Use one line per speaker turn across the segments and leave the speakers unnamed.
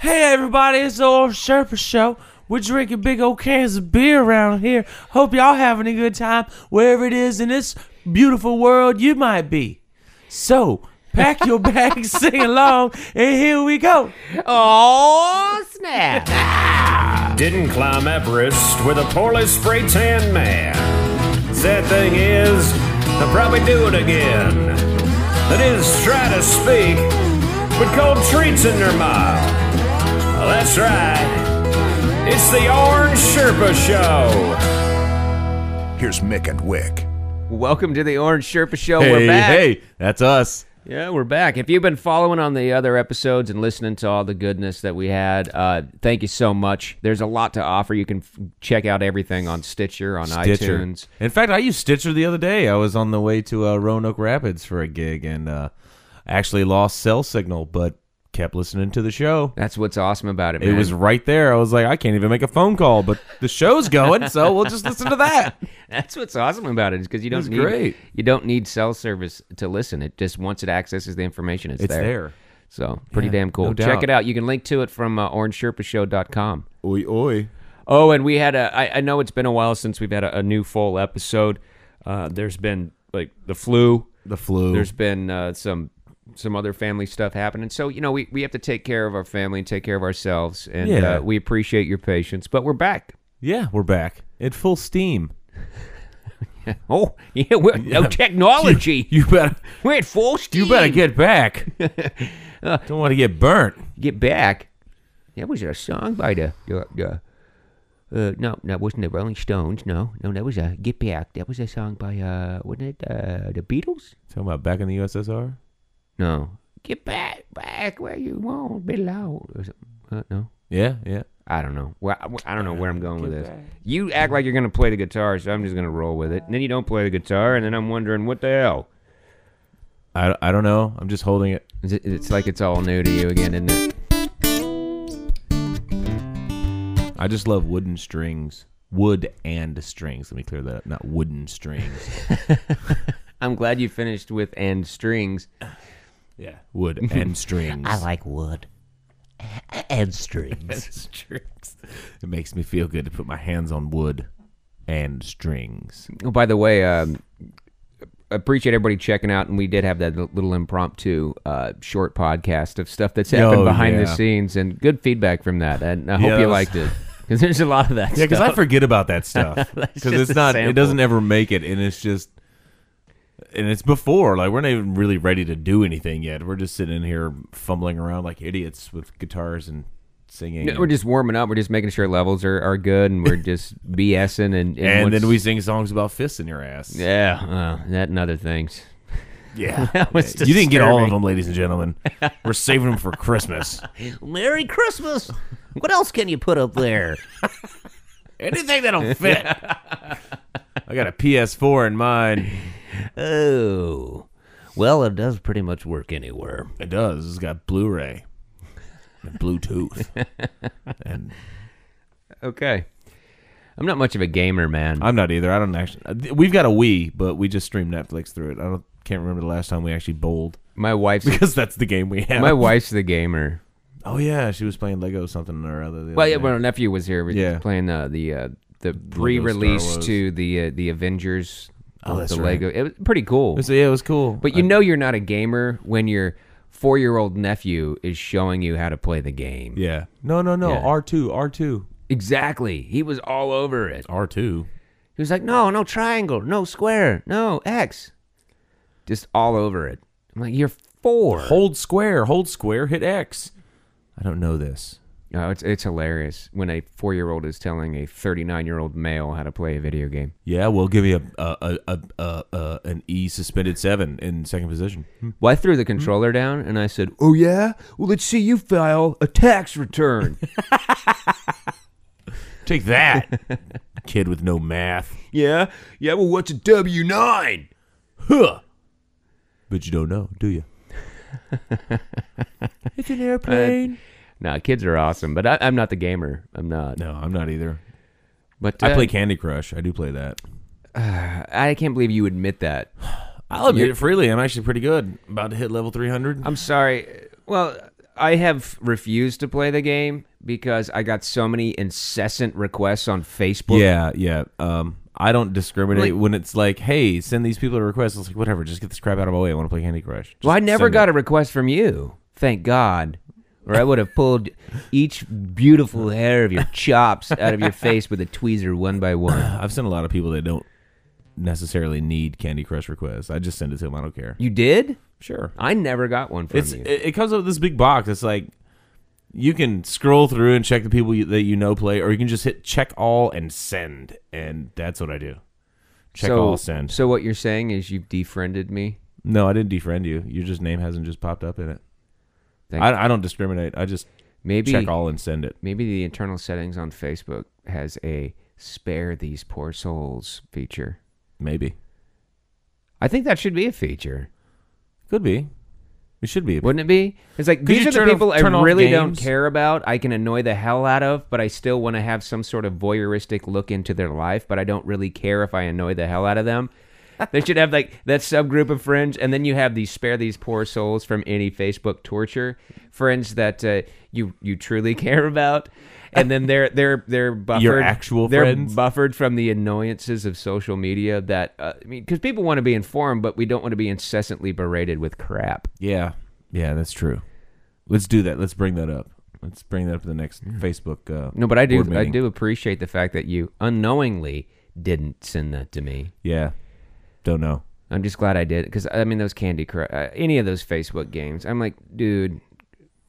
Hey everybody, it's the Old Sherpa Show. We're drinking big old cans of beer around here. Hope y'all having a good time wherever it is in this beautiful world you might be. So pack your bags, sing along, and here we go.
Oh snap!
Didn't climb Everest with a poorly spray tan man. Sad thing is, I'll probably do it again. That is, try to speak with cold treats in their mouth. Well, that's right. It's the Orange Sherpa Show.
Here's Mick and Wick.
Welcome to the Orange Sherpa Show. we're back.
that's us.
Yeah, we're back. If you've been following on the other episodes and listening to all the goodness that we had, uh, thank you so much. There's a lot to offer. You can f- check out everything on Stitcher, on
Stitcher.
iTunes.
In fact, I used Stitcher the other day. I was on the way to uh, Roanoke Rapids for a gig and uh, actually lost cell signal, but kept listening to the show.
That's what's awesome about it.
It
man.
was right there. I was like, I can't even make a phone call, but the show's going, so we'll just listen to that.
That's what's awesome about it is because you don't
It's
need
great.
you don't need cell service to listen. It just once it accesses the information, it's,
It's there.
So pretty
Yeah,
damn cool.
no
Check
doubt.
it out. You can link to it from uh, orangesherpashow.com.
Oi, oi.
Oh, and we had a. I, I know it's been a while since we've had a, a new full episode. Uh, there's been like the flu.
The flu.
There's been uh, some some other family stuff happening. So you know we we have to take care of our family and take care of ourselves. And
Yeah.
uh, we appreciate your patience, but we're back.
yeah, we're back in full steam.
Oh yeah, we're, no technology.
You better,
we're at full steam.
you better get back. Don't want to get burnt.
get back. That was a song by the. the, the uh, no, that wasn't the Rolling Stones. No, no, that was a Get Back. That was a song by, uh, wasn't it uh, the Beatles?
Talking about back in the USSR.
No. Get back, back where you won't belong. Or something. Uh, no.
Yeah, yeah.
I don't know. Well, I- I don't know where I'm going with this. You act like you're going to play the guitar, so I'm just going to roll with it. And then you don't play the guitar, and then I'm wondering, what the hell?
I, I don't know. I'm just holding it.
Is it- It's like it's all new to you again, isn't it?
I just love wooden strings. Wood and strings. Let me clear that up. Not wooden strings.
I'm glad you finished with and strings.
yeah. Wood and strings.
I like wood and strings.
strings. It makes me feel good to put my hands on wood and strings.
Oh, by the way, um, appreciate everybody checking out. And we did have that little impromptu uh, short podcast of stuff that's happened
Oh,
behind the
yeah.
scenes, and good feedback from that. And I hope
Yeah,
you
that was-
liked it because there's a lot of that.
Yeah, because
stuff.
I forget about that stuff. Because
just
it's
a
not,
sample.
it doesn't ever make it. And it's just, and it's before. Like, we're not even really ready to do anything yet. We're just sitting in here fumbling around like idiots with guitars and singing.
Yeah, we're just warming up. We're just making sure levels are, are good, and we're just BSing, and and,
and then
once-
we sing songs about fists in your ass.
yeah uh, that and other things.
Yeah.
was
you didn't get all of
disturbing.
them, ladies and gentlemen. We're saving them for Christmas.
Merry Christmas. What else can you put up there?
Anything that'll fit. I got a PS4 in mind.
Oh. Well, it does pretty much work anywhere.
It does. It's got Blu-ray and Bluetooth. and
Okay, I'm not much of a gamer, man.
I'm not either. I don't actually. uh, We've got a Wii, but we just stream Netflix through it. I don't can't remember the last time we actually bowled
my wife's
because that's the game we have.
my wife's the gamer.
oh yeah, she was playing Lego something or other. the
Well,
other
yeah,
day.
when our nephew was here, we were
Yeah.
playing uh, the uh, the pre-release
Wars.
to the uh, the Avengers.
Oh, that's
the
right.
Lego. It was pretty cool.
So, yeah, it was cool.
But you know, you're not a gamer when your four-year-old nephew is showing you how to play the game.
yeah, no, no, no.
Yeah.
R two, R two,
Exactly. He was all over it.
R two.
He was like, "No, no triangle, no square, no X," just all over it. I'm like, "You're four.
Hold square, hold square, hit X. I don't know this.
No, it's it's hilarious when a four-year-old is telling a 39-year-old male how to play a video game.
Yeah, well, give me a a, a, a, a an E suspended seven in second position.
Well, I threw the controller down and I said, Mm-hmm. "Oh yeah, well let's see you file a tax return."
Take that, kid with no math.
yeah, yeah. Well, what's a W nine?
Huh. But you don't know, do you? Uh, it's an airplane.
Nah, kids are awesome, but I, I'm not the gamer. I'm not.
no, I'm not either.
But
I
uh,
play Candy Crush. I do play that.
I can't believe you admit that.
I'll admit it freely. I'm actually pretty good. About to hit level 300.
I'm sorry. Well, I have refused to play the game because I got so many incessant requests on Facebook.
Yeah, yeah. Um, I don't discriminate
Like-
when it's like, hey, send these people a request. It's like, whatever, just get this crap out of my way. I want to play Candy Crush. Just
Well, I never
send
got
it.
a request from you. Thank God. Or I would have pulled each beautiful hair of your chops out of your face with a tweezer one by one.
I've sent a lot of people that don't necessarily need Candy Crush requests. I just send it to them. I don't care.
You did?
Sure.
I never got one from
It's
you.
it, it comes up with this big box. It's like you can scroll through and check the people you, that you know play, or you can just hit check all and send, and that's what I do. Check
so,
all send.
So what you're saying is you've defriended me.
no, I didn't defriend you. Your just name hasn't just popped up in it.
Thank
I, I don't discriminate. I just
Maybe
check all and send it.
maybe the internal settings on Facebook has a spare these poor souls feature.
Maybe
I think that should be a feature.
could be. It should be.
Wouldn't it be? It's like
Could
these
you
are the
turn off-
people
turn
I
off
really don't
games?
care about. I can annoy the hell out of, but I still want to have some sort of voyeuristic look into their life. But I don't really care if I annoy the hell out of them. they should have like that subgroup of friends, and then you have these spare these poor souls from any Facebook torture friends that uh, you you truly care about, and then they're they're they're buffered.
actual
they're
friends?
buffered from the annoyances of social media. That uh, I mean, because people want to be informed, but we don't want to be incessantly berated with crap.
Yeah, yeah, that's true. Let's do that. Let's bring that up. Let's bring that up to the next Facebook. Uh,
Hmm. No, but I do.
board
I
meeting.
do appreciate the fact that you unknowingly didn't send that to me.
Yeah, don't know.
I'm just glad I did because I mean those Candy Crush, uh, any of those Facebook games. I'm like, dude,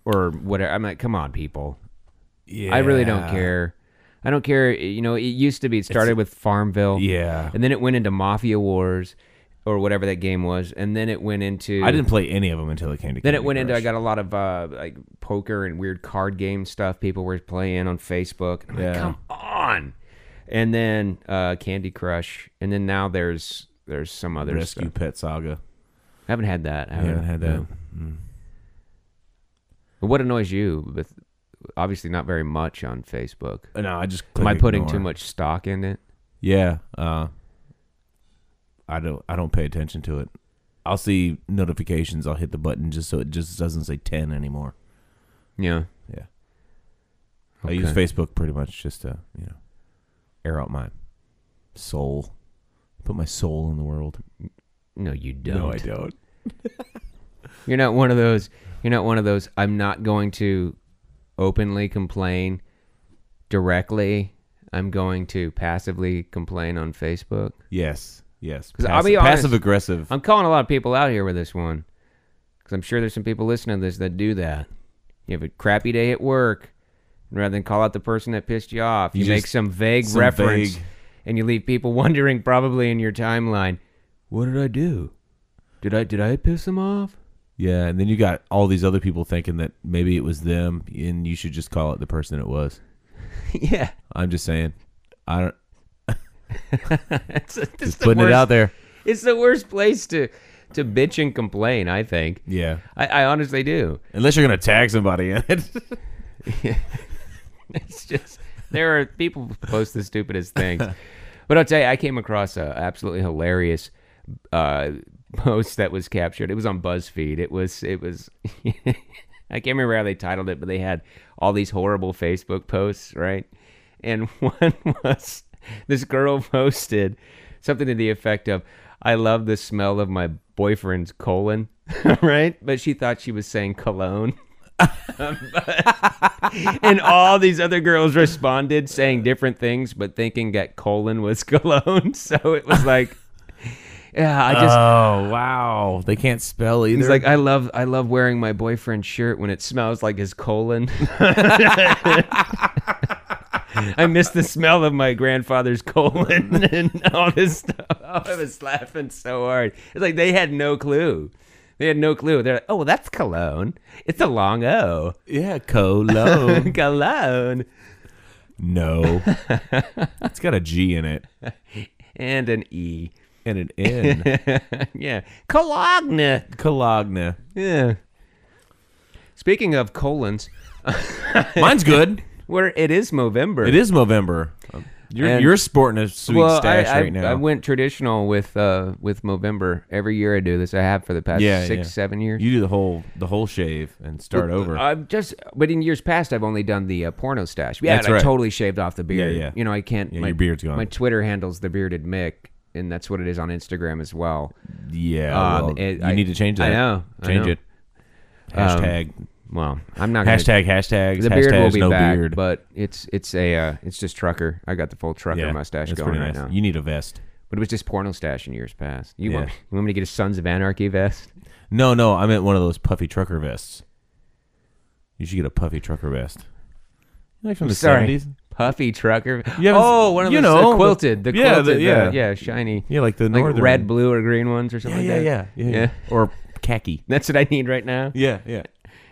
or whatever. I'm like, come on, people.
Yeah,
I really don't care. I don't care. You know, it used to be. It started with Farmville.
Yeah.
and then it went into Mafia Wars, or whatever that game was, and then it went into.
I didn't play any of them until it came to.
Then it
Candy
went into I
Crush.
got a lot of uh, like poker and weird card game stuff people were playing on Facebook. And I'm like,
Yeah.
come on. And then uh, Candy Crush, and then now there's there's some other
Rescue
stuff.
Pet Saga.
I haven't had that. I
I haven't had that.
no. But What annoys you with obviously not very much on Facebook.
Uh, No, I just.
Am I
click
putting
ignore.
too much stock in it?
Yeah. Uh, I don't. I don't pay attention to it. I'll see notifications. I'll hit the button just so it just doesn't say ten anymore.
Yeah.
Yeah. I use
Okay.
Facebook pretty much just to, you know, air out my soul. Put my soul in the world.
No, you don't.
don't.
You're not one of those. You're not one of those. I'm not going to openly complain directly. I'm going to passively complain on Facebook.
Yes. Yes.
'Cause I'll be honest-
passive aggressive.
I'm calling a lot of people out here with this one because I'm sure there's some people listening to this that do that. You have a crappy day at work, and rather than call out the person that pissed you off, you,
You
make
just-
some vague
some
reference,
vague-
and you leave people wondering, probably in your timeline, what did I do? Did I did I piss them off?
Yeah. And then you got all these other people thinking that maybe it was them and you should just call it the person it was.
yeah,
I'm just saying. I don't.
it's, it's
Just
the
putting it
worst.
out there.
It's the worst place to to bitch and complain. I think.
Yeah.
I, I honestly do.
Unless you're going to tag somebody in it.
It's just there are people who post the stupidest things. But I'll tell you, I came across a absolutely hilarious uh, post that was captured. It was on BuzzFeed. It was it was. I can't remember how they titled it, but they had all these horrible Facebook posts, right? And one was this girl posted something to the effect of, "I love the smell of my boyfriend's colon," right? But she thought she was saying cologne. and all these other girls responded saying different things, but thinking that colon was cologne. So it was like, yeah, I just.
oh, wow. They can't spell either.
He's like, I love, I love wearing my boyfriend's shirt when it smells like his colon. I miss the smell of my grandfather's colon and all this stuff. Oh, I was laughing so hard. It's like they had no clue. They had no clue. They're like, oh, well, that's cologne. It's a long O.
yeah, cologne.
cologne.
No. it's got a G in it
and an E.
and an N.
yeah, Cologne.
Cologne.
Yeah. Speaking of colons,
Mine's good.
where it is Movember.
It is November. You're,
And-
you're sporting a sweet stash
I, I-
right now.
I went traditional with uh with Movember. Every year I do this. I have for the past
Yeah,
six,
yeah.
seven years.
you do the whole the whole shave and start over.
I've just, but in years past, I've only done the uh, porno stash. Yeah,
That's
and I
right.
totally shaved off the beard.
yeah.
You know, I can't.
Yeah,
my
your beard's gone.
My Twitter handle's the bearded Mick, and that's what it is on Instagram as well.
yeah,
um,
well,
it-
you
I-
need to change
I
that.
know, I
change
know.
it. Hashtag
Well, I'm not gonna,
hashtag hashtags.
The beard
hashtags,
will be
no
back,
beard.
but it's it's a uh, it's just trucker. I got the full trucker
yeah,
mustache
that's
going
pretty
right
nice.
now.
You need a vest.
but it was just porno stash in years past. You want
Yeah.
you want me to get a Sons of Anarchy vest?
No, no, I meant one of those puffy trucker vests. You should get a puffy trucker vest. Like from the
Sorry.
seventies.
Puffy trucker.
You haven't-
oh, one of
you
those the
know, the-
quilted, the
yeah, the-
quilted, the- yeah,
yeah.
shiny,
Yeah, like the
like
northern
red, blue, or green ones or
Yeah,
something.
yeah,
like
yeah,
that.
yeah, yeah. Or khaki.
That's what I need right now,
Yeah, yeah,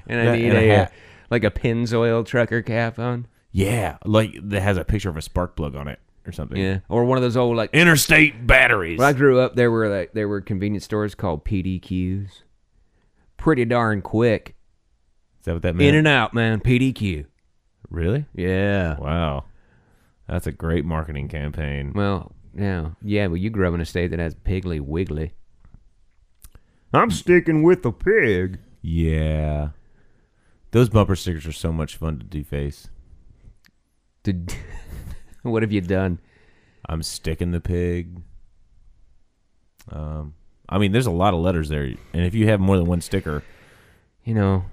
and I
That
need
and
a,
a
uh,
hat.
like a Pennzoil trucker cap on.
yeah. Like that has a picture of a spark plug on it or something.
Yeah, or one of those old like.
Interstate batteries.
When I grew up, there were like there were convenience stores called PDQs. Pretty darn quick.
Is that what that
In
meant?
and out, man. PDQ.
really?
Yeah.
Wow, that's a great marketing campaign.
Well, yeah, yeah. Well, you grew up in a state that has Piggly Wiggly. I'm sticking with the pig.
Yeah, those bumper stickers are so much fun to deface.
Did, what have you done?
I'm sticking the pig. Um, I mean, there's a lot of letters there, and if you have more than one sticker,
You know,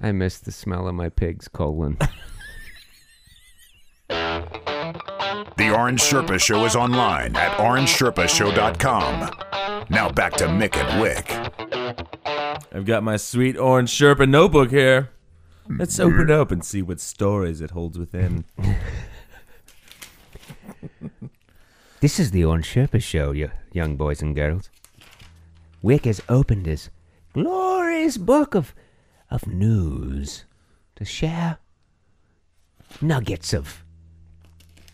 I miss the smell of my pig's colon.
The Orange Sherpa Show is online at orangesherpashow.com. Now back to Mick and Wick.
I've got my sweet orange Sherpa notebook here. Let's open it up and see what stories it holds within.
This is the On Sherpa Show, you young boys and girls. Wick has opened his glorious book of of news to share nuggets of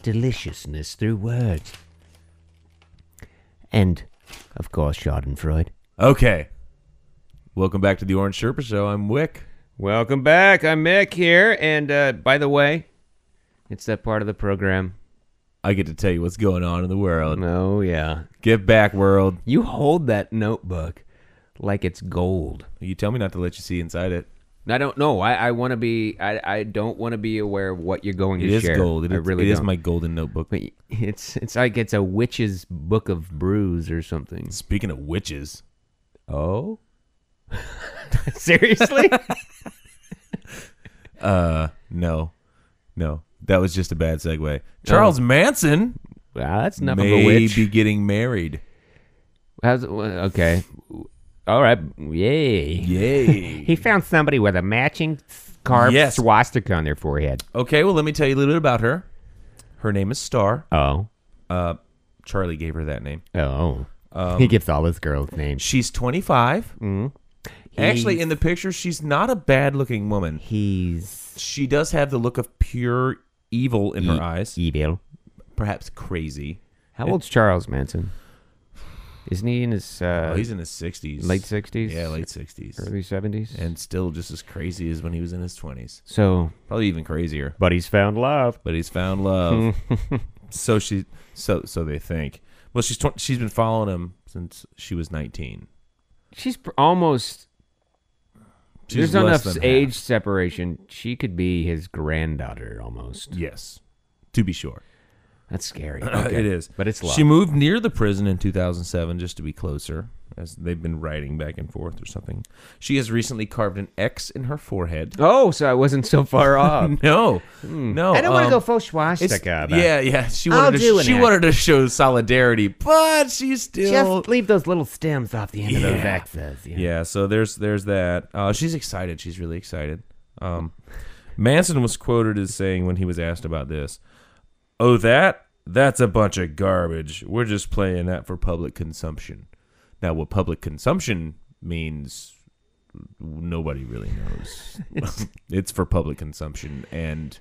deliciousness through words. And, of course, Schadenfreude.
Okay, welcome back to the Orange Sherpa Show. I'm Wick.
Welcome back. I'm Mick here, and uh, by the way, it's that part of the program.
I get to tell you what's going on in the world.
Oh yeah,
Get back, world.
you hold that notebook like it's gold.
You tell me not to let you see inside it.
I don't know. I, I want to be. I, I don't want to be aware of what you're going
It
to
is
share.
gold. It
I
is,
really
it is
don't.
my golden notebook.
But it's it's like it's a witch's book of brews or something.
Speaking of witches,
Oh, seriously?
no, no, that was just a bad segue. Charles Manson
wow, that's enough of a
may
witch.
be getting married.
How's it, well, okay? All right. Yay!
Yay!
He found somebody with a matching carved
Yes.
swastika on their forehead.
okay, well, let me tell you a little bit about her. Her name is Star.
Oh,
Uh, Charlie gave her that name.
oh. he gives all his girls names.
She's 25.
Mm-hmm.
Actually, in the picture, she's not a bad-looking woman.
He's
She does have the look of pure evil in her eyes,
evil.
perhaps crazy.
How old's Charles Manson? Isn't he in his uh,
Oh, he's in his 60s,
late 60s?
Yeah, late 60s,
early 70s?
and still just as crazy as when he was in his 20s.
so,
Probably even crazier.
but he's found love.
but he's found love. so she, so so they think. Well, she's tw- she's been following him since she was nineteen.
She's pr- almost.
She's
there's not
less
enough
than half.
age separation. She could be his granddaughter almost.
Yes, to be sure,
That's scary. Okay.
it is.
but it's love.
She moved near the prison in 2007 just to be closer, as they've been writing back and forth or something. She has recently carved an X in her forehead.
oh, so I wasn't so far off.
No,
Hmm.
no,
I don't want to
um,
go full
it's-
swastika. but
yeah, yeah. She
I'll
wanted
do
to,
an
she
X.
wanted to show solidarity, but she's still
Just leave those little stems off the end of those X's. you know.
Yeah, so there's there's that. Uh, she's excited. She's really excited. Um, Manson was quoted as saying when he was asked about this, "Oh, that that's a bunch of garbage. We're just playing that for public consumption." Now, what public consumption means, nobody really knows. it's, for public consumption, and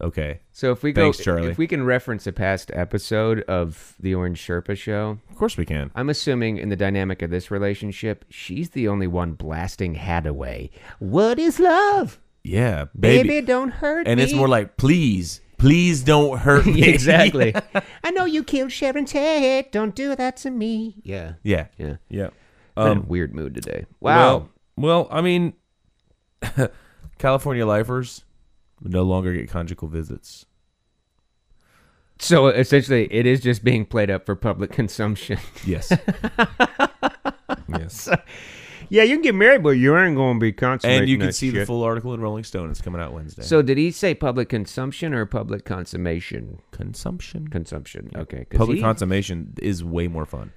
okay,
So if we
Thanks,
go,
Charlie.
if we can reference a past episode of the Orange Sherpa show,
of course we can.
I'm assuming in the dynamic of this relationship, she's the only one blasting Hadaway.
What is love?
Yeah,
Baby,
baby,
don't hurt
and
me.
it's more like please
Please don't hurt me.
exactly.
I know you killed Sharon Tate. Don't do that to me. Yeah.
yeah.
Yeah.
Yeah. Um,
I'm in a weird mood today. Wow.
Well, well, I mean, California lifers no longer get conjugal visits.
so essentially, it is just being played up for public consumption.
Yes. yes.
yeah, you can get married, but you aren't going to be consummated.
And you can see the full article in Rolling Stone. It's coming out Wednesday.
So did he say public consumption or public consummation?
consumption.
Consumption. Okay. 'cause
Public
he-
consummation is way more fun.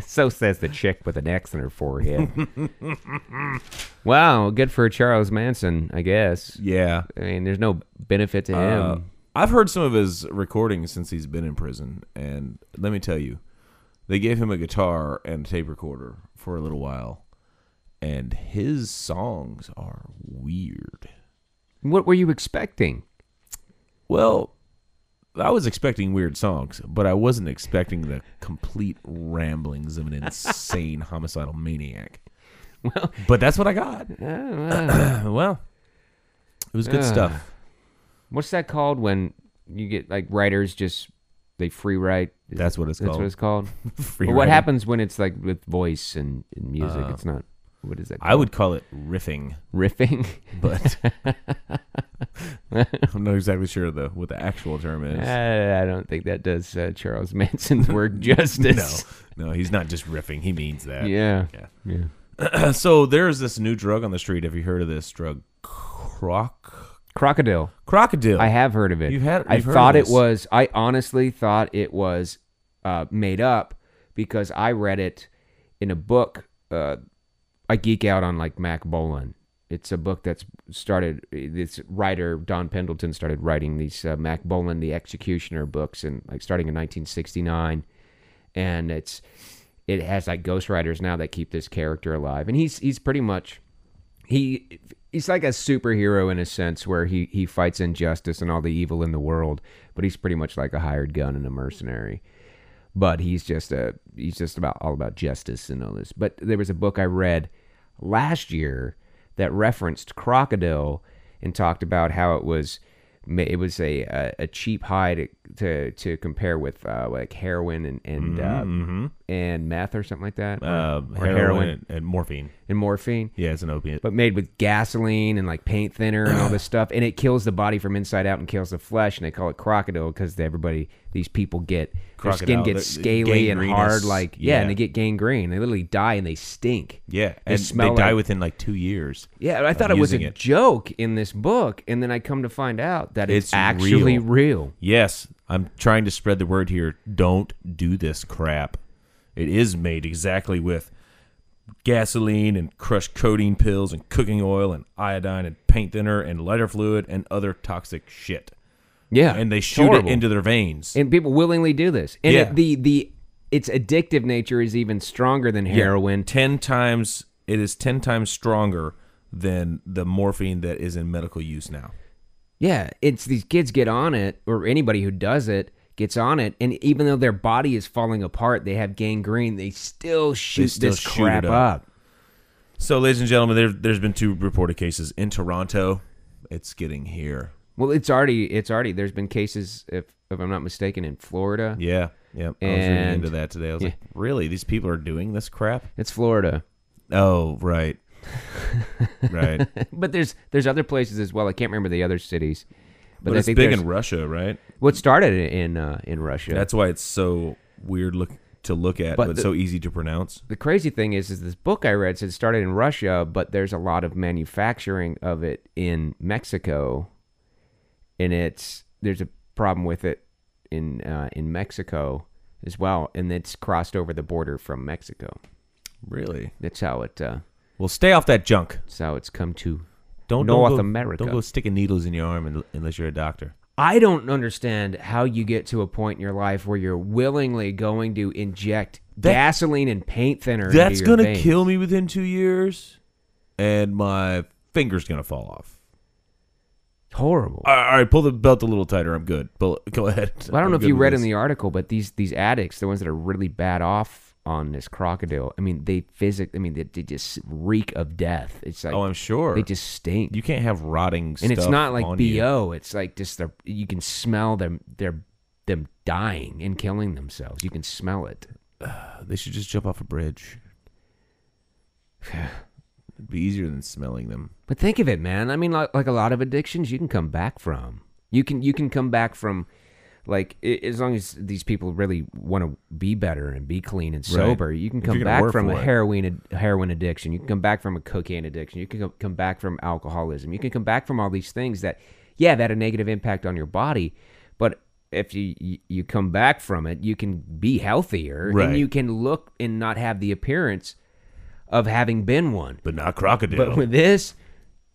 So says the chick with an X in her forehead. wow, good for Charles Manson, I guess.
Yeah.
I mean, there's no benefit to him.
Uh, I've heard some of his recordings since he's been in prison, and let me tell you, they gave him a guitar and a tape recorder for a little while, and his songs are weird.
what were you expecting?
Well, I was expecting weird songs, but I wasn't expecting the complete ramblings of an insane homicidal maniac. Well, but that's what I got. well, it was good
Ah.
stuff.
What's that called when you get like writers just they free write? Is
That's what it's
that's
called.
what it's called.
Free
But what
writing.
happens when it's like with voice and, and music? it's not. What is that?
Uh, I
called?
would call it riffing.
riffing.
but I'm not exactly sure the what the actual term is.
Uh, I don't think that does uh, Charles Manson's work justice.
No, no, he's not just riffing. He means that.
Yeah.
Yeah.
Yeah.
So there's this new drug on the street. Have you heard of this drug? Croc
Crocodile.
crocodile.
I have heard of it.
You've had-
I
you've heard of
thought
this.
it was. I honestly thought it was uh, made up because I read it in a book. Uh, I geek out on like Mac Bolan. It's a book that's started. This writer Don Pendleton started writing these uh, Mac Bolan, the Executioner books, and like starting in 1969, and it's it has like ghostwriters now that keep this character alive, and he's he's pretty much he he's like a superhero in a sense where he he fights injustice and all the evil in the world but he's pretty much like a hired gun and a mercenary but he's just a he's just about all about justice and all this but there was a book i read last year that referenced crocodile and talked about how it was ma- it was a a, a cheap high to, to to compare with uh, like heroin and and uh, and meth or something like that
uh,
Or
heroin, and, and morphine.
and morphine
Yeah, it's an opiate.
but made with gasoline and like paint thinner and all this stuff. And it kills the body from inside out and kills the flesh. And they call it crocodile because everybody, these people get their skin
Crocodile,
gets
the- the
scaly and
gangrenous-
hard, like yeah, and
yeah.
they get gangrene. They literally die and they stink.
yeah,
they
and
smell
they die
like-
within like two years.
Yeah, I thought
of
it was a
using it.
joke in this book, and then I come to find out that it's,
It's
actually
real.
real.
Yes, I'm trying to spread the word here. Don't do this crap. It is made exactly with gasoline and crushed codeine pills and cooking oil and iodine and paint thinner and lighter fluid and other toxic shit.
Yeah,
And they
it's
shoot
horrible.
it into their veins.
and people willingly do this. And
Yeah.
it, the the its addictive nature is even stronger than heroin.
ten times it is ten times stronger than the morphine that is in medical use now.
Yeah, it's these kids get on it, or anybody who does it gets on it, and even though their body is falling apart, they have gangrene. They still shoot
still
this
shoot
crap
it
up.
up. So, ladies and gentlemen, there, there's been two reported cases in Toronto. It's getting here.
Well, it's already it's already there's been cases if if I'm not mistaken in Florida.
Yeah, yeah. I was reading
And-
into that today. I was
Yeah.
like, really? These people are doing this crap?
It's Florida,
Oh, right, right. But,
but there's there's other places as well. I can't remember the other cities, but, I
it's
think
big
there's-
in Russia, right?
what started it in uh, in Russia.
That's why it's so weird look to look at, but,
But the-
so easy to pronounce.
the crazy thing is, is this book I read said it started in Russia, but there's a lot of manufacturing of it in Mexico, and it's there's a problem with it in uh, in Mexico as well, and it's crossed over the border from Mexico.
Really?
That's how it. Uh,
Well, stay off that junk.
that's how it's come to.
Don't
North
don't go,
America.
Don't go sticking needles in your arm un- unless you're a doctor.
I don't understand how you get to a point in your life where you're willingly going to inject
That-
gasoline and paint thinner.
That's
into your
gonna
veins.
kill me within two years, and my finger's gonna fall off.
Horrible.
All right, all right, pull the belt a little tighter. I'm good. Pull, go ahead.
Well, I don't
I'm
know if
good
you
with
read in
this.
the article, but these these addicts, the ones that are really bad off on this crocodile. I mean, they physic. I mean, they, they just reek of death. It's like
Oh, I'm sure.
they just stink.
you can't have rotting
and it's not like bo.
BO.
It's like just their. You can smell them. Their them dying and killing themselves. You can smell it.
They should just jump off a bridge. It'd be easier than smelling them.
But think of it, man. I mean, like, like a lot of addictions, you can come back from. You can you can come back from, like i- as long as these people really want to be better and be clean and sober, you can
If
come
you're gonna
back
work
from a
for it.
heroin ad- heroin addiction. You can come back from a cocaine addiction. You can co- come back from alcoholism. You can come back from all these things that, yeah, that had a negative impact on your body, but if you you- you come back from it, you can be healthier
Right.
and you can look and not have the appearance of having been one.
But not crocodile.
But with this,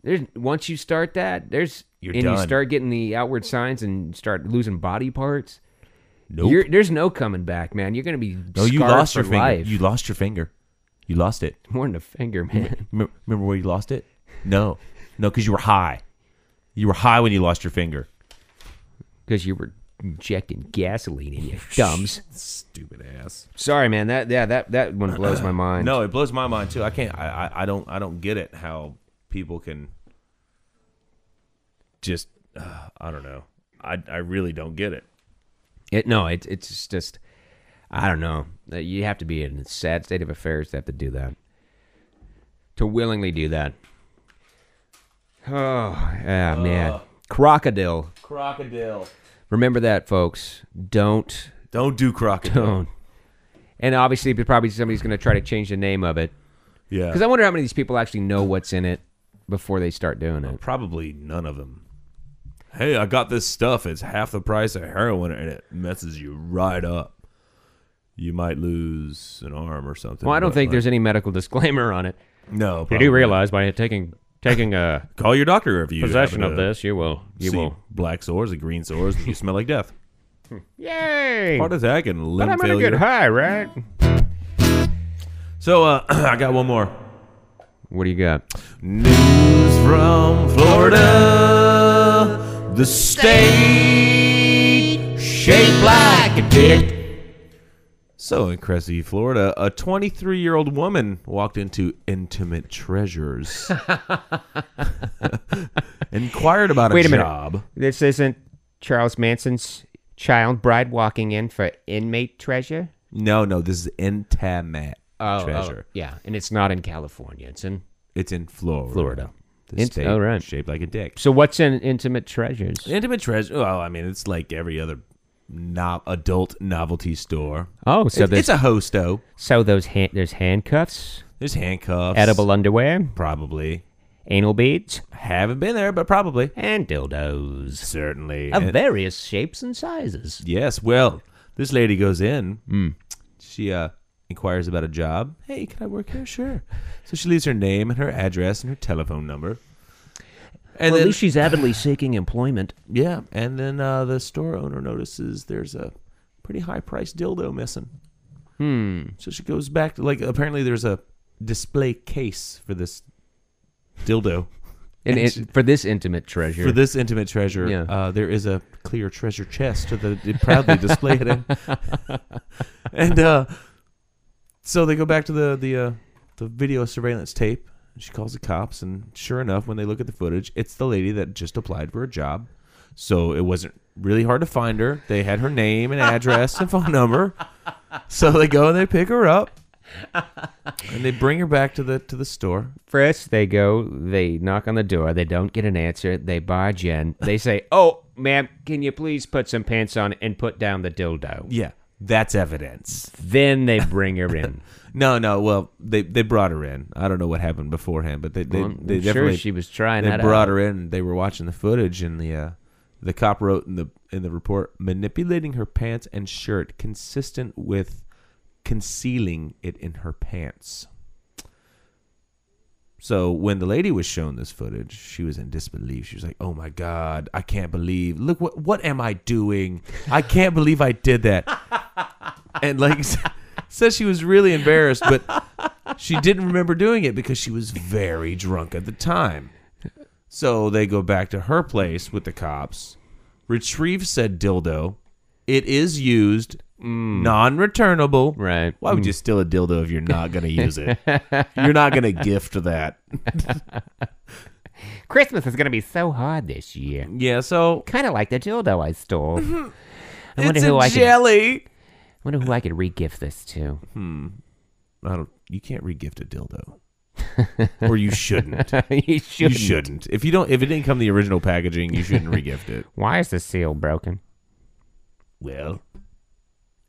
there's once you start that, there's
You're
and you
done.
start getting the outward signs and start losing body parts.
nope.
You're, there's no coming back, man. You're gonna be
no, you
scarred
lost
for
your finger.
life.
You lost your finger. You lost it.
more than a finger, man.
Remember, remember where you lost it? No. No, because you were high. You were high when you lost your finger.
Because you were injecting gasoline in your thumbs.
Stupid ass.
Sorry, man. That yeah, that that one blows my mind.
No, it blows my mind too. I can't. I, I, I don't. I don't get it. How people can just. Uh, I don't know. I I really don't get it.
It no, it, it's just I don't know. Uh, You have to be in a sad state of affairs to have to do that. To willingly do that. Oh, yeah, man. Crocodile.
Crocodile.
Remember that folks. Don't
Don't do crocodile.
don't. And obviously probably somebody's going to try to change the name of it.
Yeah.
Cuz I wonder how many of these people actually know what's in it before they start doing it.
Probably none of them. Hey, I got this stuff. It's half the price of heroin, and it messes you right up. You might lose an arm or something.
Well, I don't
but,
think
like-
there's any medical disclaimer on it.
no.
You
probably.
do realize by taking taking uh,
Call your doctor if you
possession
happen
of
to
this, you will you
see
will.
black sores and green sores, and you smell like death.
Yay!
Heart attack and limb
But I'm gonna
failure.
get high, right?
So uh, I got one more
What do you got?
news from Florida, the state shaped like a dick. So in Cressy, Florida, a 23-year-old woman walked into Intimate Treasures, inquired about
Wait a minute.
job.
This isn't Charles Manson's child bride walking in for inmate treasure?
No, no, this is Intimate
Oh,
Treasure.
yeah. And it's not in California. It's in.
It's in Florida.
Florida.
the
Int-
state
oh, right.
shaped like a dick.
So what's in Intimate Treasures?
Intimate treasure. Well, I mean, it's like every other no- adult novelty store.
Oh, so
It's-
there's
it's a hosto.
so those hand, there's handcuffs,
There's handcuffs.
edible underwear,
Probably.
anal beads,
Haven't been there, but probably.
and dildos
Certainly.
of
And-
various shapes and sizes.
yes. Well, this lady goes in.
Hmm.
She uh, inquires about a job. Hey, can I work here? Sure. So she leaves her name and her address and her telephone number. And
Well, at
then,
least she's avidly seeking employment.
yeah, and then uh, the store owner notices there's a pretty high priced dildo missing. Hmm. So she goes back to like apparently there's a display case for this dildo.
And it, for this intimate treasure,
For this intimate treasure,
Yeah.
uh, there is a clear treasure chest that it proudly displayed it in. and uh, so they go back to the the uh, the video surveillance tape. She calls the cops, and sure enough, when they look at the footage, it's the lady that just applied for a job. So it wasn't really hard to find her. They had her name and address and phone number. So they go and they pick her up, and they bring her back to the to the store.
First, they go, they knock on the door, they don't get an answer, they barge in, they say, Oh, ma'am, can you please put some pants on and put down the dildo?
Yeah, that's evidence.
Then they bring her in.
No, no. Well, they they brought her in. I don't know what happened beforehand, but they they,
I'm
they
sure
definitely
she was trying
They
that
brought
out.
her in. and They were watching the footage, and the uh, the cop wrote in the in the report manipulating her pants and shirt consistent with concealing it in her pants. So when the lady was shown this footage, she was in disbelief. She was like, "Oh my god, I can't believe! Look what what am I doing? I can't believe I did that." and like says she was really embarrassed, but she didn't remember doing it because she was very drunk at the time. So they go back to her place with the cops, retrieve said dildo. It is used
non-returnable.
Right.
Mm. Why would you steal a dildo if you're not going to use it? you're not going to gift that.
Christmas is going to be so hard this year.
Yeah, so
Kind of like the dildo I stole. I wonder
it's
who I
a jelly.
could. Wonder who I could regift this to.
I don't. You can't regift a dildo, or you shouldn't. You
you should.
shouldn't. If you don't, if it didn't come in the original packaging, you shouldn't regift it.
Why is the seal broken?
Well,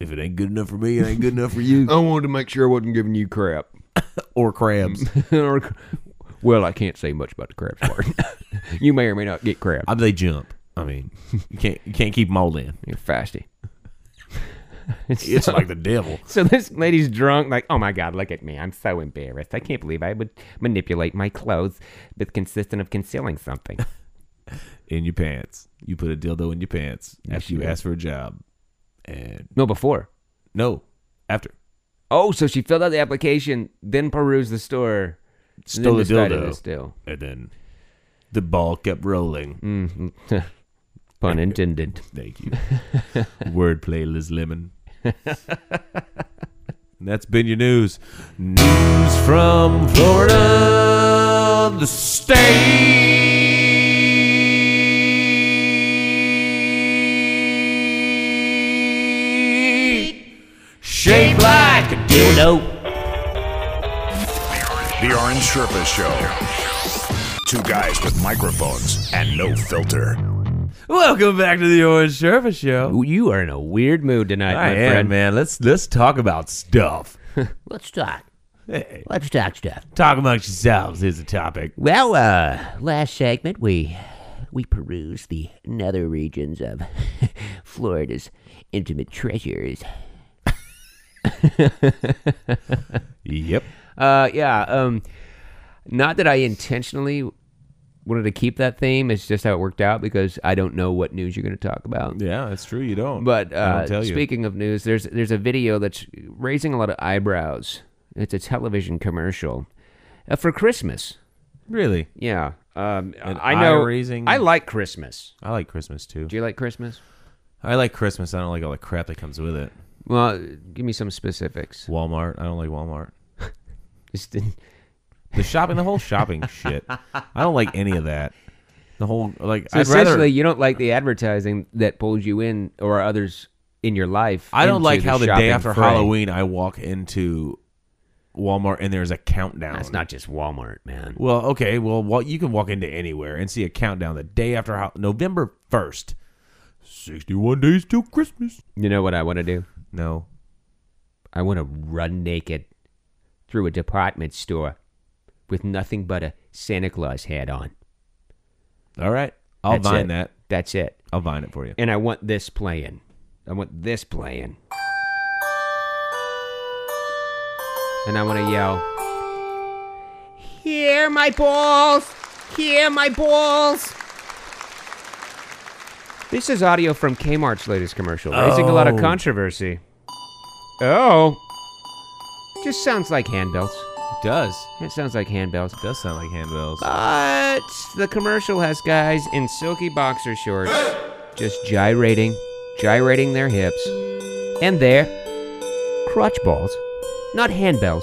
if it ain't good enough for me, it ain't good enough for you.
wanted to make sure I wasn't giving you crap.
or crabs.
Or- well, I can't say much about the crabs part. you may or may not get crab.
I mean, they jump. I mean, you can't you can't keep them all in.
You're fasty.
It's like the devil.
So this lady's drunk, like, oh my god, look at me. I'm so embarrassed. I can't believe I would manipulate my clothes with consistent of concealing something.
In your pants, you put a dildo in your pants after you ask for a job, and
No, before.
no, after
Oh, so she filled out the application, then perused the store, and then
stole the
decided to
dildo,
steal.
and then the ball kept rolling.
Mm. Pun intended.
Thank you. Wordplay, Liz Lemon. and that's been your news. News from Florida, the state. Shaped like a dildo.
The Orange Sherpa Show. Two guys with microphones and no filter.
Welcome back to the Orange Sherpa Show.
You are in a weird mood tonight,
I
my
am,
friend.
man. Let's let's talk about stuff.
Let's talk.
Hey,
Let's talk stuff.
talk amongst yourselves. Here's a topic.
Well, uh, last segment we we perused the nether regions of Florida's intimate treasures.
Yep.
Uh, yeah. Um, not that I intentionally wanted to keep that theme. It's just how it worked out because I don't know what news you're going to talk about.
Yeah, it's true. You don't.
But
I don't
uh,
tell you.
speaking of news, there's there's a video that's raising a lot of eyebrows. It's a television commercial uh, for Christmas.
really,
Yeah, um,
An
I know.
eye-raising-
I like Christmas.
I like Christmas too.
Do you like Christmas?
I like Christmas. I don't like all the crap that comes with it.
Well, give me some specifics.
Walmart. I don't like Walmart.
Just didn't-
The shopping, the whole shopping shit. I don't like any of that. The whole like.
So
I'd
essentially,
rather.
you don't like the advertising that pulls you in or others in your life.
I don't
into
like how the day
shopping
after
fray.
Halloween I walk into Walmart and there's a countdown.
That's not just Walmart, man.
Well, okay. Well, wa- you can walk into anywhere and see a countdown the day after Hall- November first. Sixty-one days till Christmas.
You know what I want to do?
No,
I want to run naked through a department store with nothing but a Santa Claus hat on.
all right. I'll
That's
vine
it.
that.
That's it.
I'll vine it for you.
And I want this playing. I want this playing. And I want to yell, Here my balls! Here my balls! This is audio from Kmart's latest commercial, raising a lot of controversy. Oh. Just sounds like handbells.
It does.
It sounds like handbells.
It does sound like handbells.
But the commercial has guys in silky boxer shorts just gyrating, gyrating their hips, and their crotch balls, not handbells,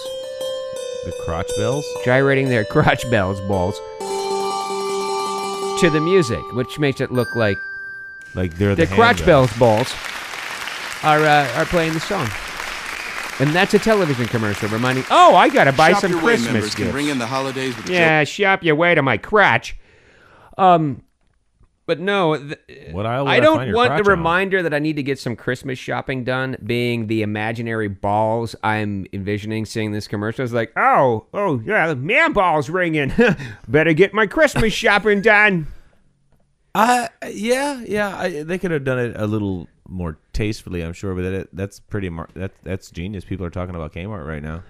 The crotch bells.
gyrating their crotch bells balls to the music, which makes it look like
Like they're the,
the crotch
handbells.
bells balls are uh, are playing the song. And that's a television commercial reminding, oh, I gotta buy some Christmas gifts.
the holidays with
Yeah, shop your way to my crotch. Um, but no, th-
What aisle would
I
I
don't
find your
want the
crotch aisle?
reminder that I need to get some Christmas shopping done. Being the imaginary balls I'm envisioning seeing this commercial is like, oh, oh yeah, the man balls ringing. Better get my Christmas shopping done.
Uh, yeah, yeah. I, they could have done it a little more tastefully, I'm sure. But that, that's pretty. Mar- that, that's genius. People are talking about Kmart right now.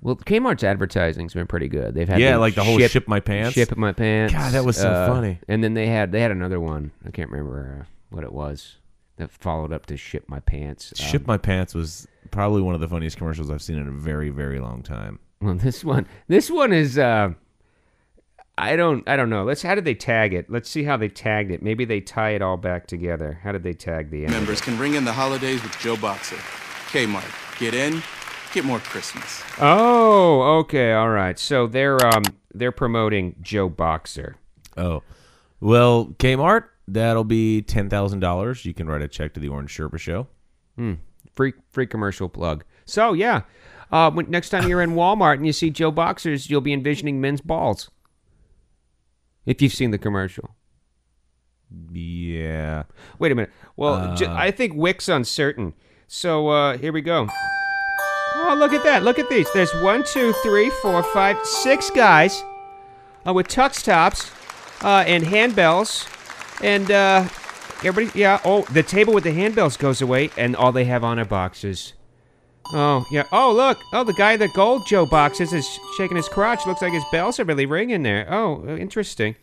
Well, Kmart's advertising's been pretty good. They've had
Yeah,
them
like the whole ship my pants.
ship my pants. uh,
God, that was so funny.
And then they had they had another one. I can't remember uh, what it was that followed up to ship my pants. Um,
Ship my pants was probably one of the funniest commercials I've seen in a very, very long time.
Well, this one, this one is. Uh, I don't I don't know. Let's how did they tag it? Let's see how they tagged it. Maybe they tie it all back together. How did they tag the end?
members can ring in the holidays with Joe Boxer. Kmart, get in, get more Christmas.
Oh, okay, all right. So they're um they're promoting Joe Boxer.
Oh, well, Kmart. That'll be ten thousand dollars. You can write a check to the Orange Sherpa Show.
Free free commercial plug. So yeah. Uh, when, next time you're in Walmart and you see Joe Boxers, you'll be envisioning men's balls. If you've seen the commercial.
Yeah.
Wait a minute. Well, ju- I think Wick's uncertain. So uh, here we go. Oh, look at that. Look at these. There's one, two, three, four, five, six guys uh, with tux tops uh, and handbells. And uh, everybody, yeah. Oh, the table with the handbells goes away, and all they have on are boxes. Oh, yeah. Oh, look. Oh, the guy in the gold Joe boxes is shaking his crotch. Looks like his bells are really ringing there. Oh, interesting.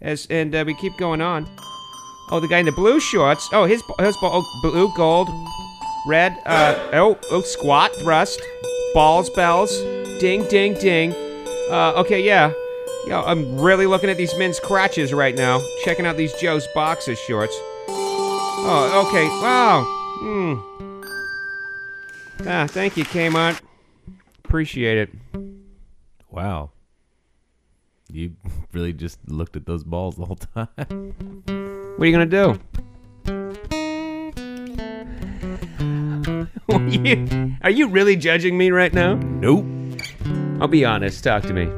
As And uh, we keep going on. Oh, the guy in the blue shorts. Oh, his his ball, oh, blue, gold, red. Uh, oh, oh, squat, thrust, balls, bells, ding, ding, ding. Uh, okay, yeah, yeah. I'm really looking at these men's crotches right now. Checking out these Joe's boxer shorts. Oh, okay. Wow. Hmm. Ah, thank you, Kmart. Appreciate it.
Wow. You really just looked at those balls the whole time.
What are you gonna do? Are you- are you really judging me right now?
Nope.
I'll be honest. Talk to me.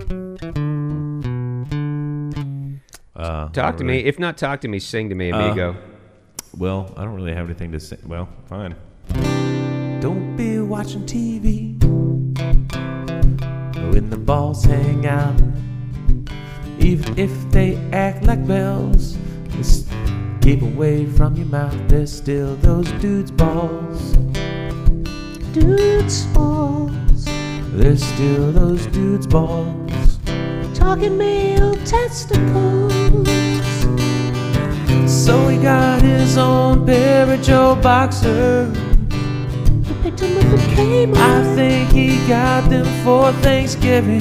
Uh,
Talk to me. If not talk to me, sing to me, amigo.
Uh,
well, I don't really have anything to say. Well, fine.
Don't be watching TV when the balls hang out. Even if they act like bells, just keep away from your mouth. There's still those dudes' balls. Dudes' balls. There's still those dudes' balls. Talking male testicles. So he got his own pair of Joe Boxer. I think he got them for Thanksgiving.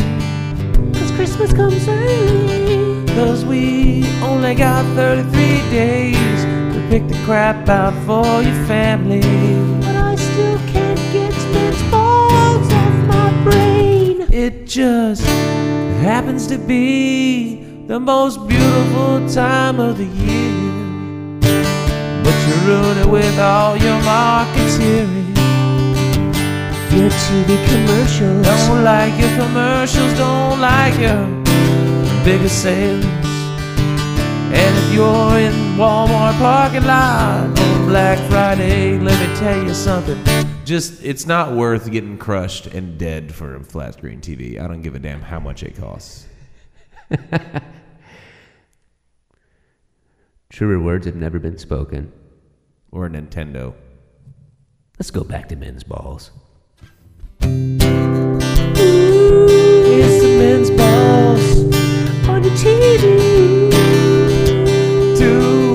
Cause Christmas comes early. Cause we only got 33 days to pick the crap out for your family. But I still can't get Smith's balls off my brain. It just happens to be the most beautiful time of the year. But you ruin it with all your marketeering. Your TV commercials. Don't like your commercials, don't like your bigger sales. And if you're in Walmart parking lot on Black Friday, let me tell you something.
Just, it's not worth getting crushed and dead for a flat screen TV. I don't give a damn how much it costs.
Truer words have never been spoken.
Or a Nintendo.
Let's go back to men's balls.
It's the men's balls on your TV. Two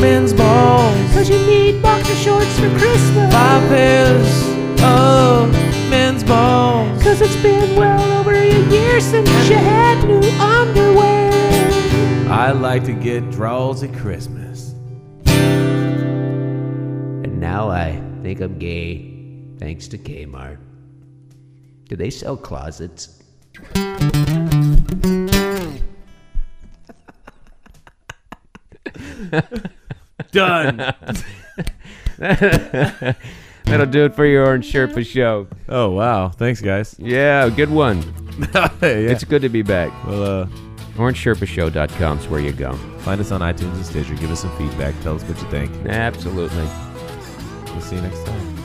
men's balls.
Cause you need boxer shorts for Christmas.
Five pairs of men's balls.
Cause it's been well over a year since you had new underwear.
I like to get draws at Christmas.
And now I think I'm gay, thanks to Kmart. Do they sell closets?
Done.
That'll do it for your Orange Sherpa show.
Oh, wow. Thanks, guys.
Yeah, good one.
yeah.
It's good to be back.
Well, uh,
OrangeSherpaShow.com is where you go.
find us on iTunes and Stitcher. Give us some feedback. Tell us what you think.
Absolutely.
We'll see you next time.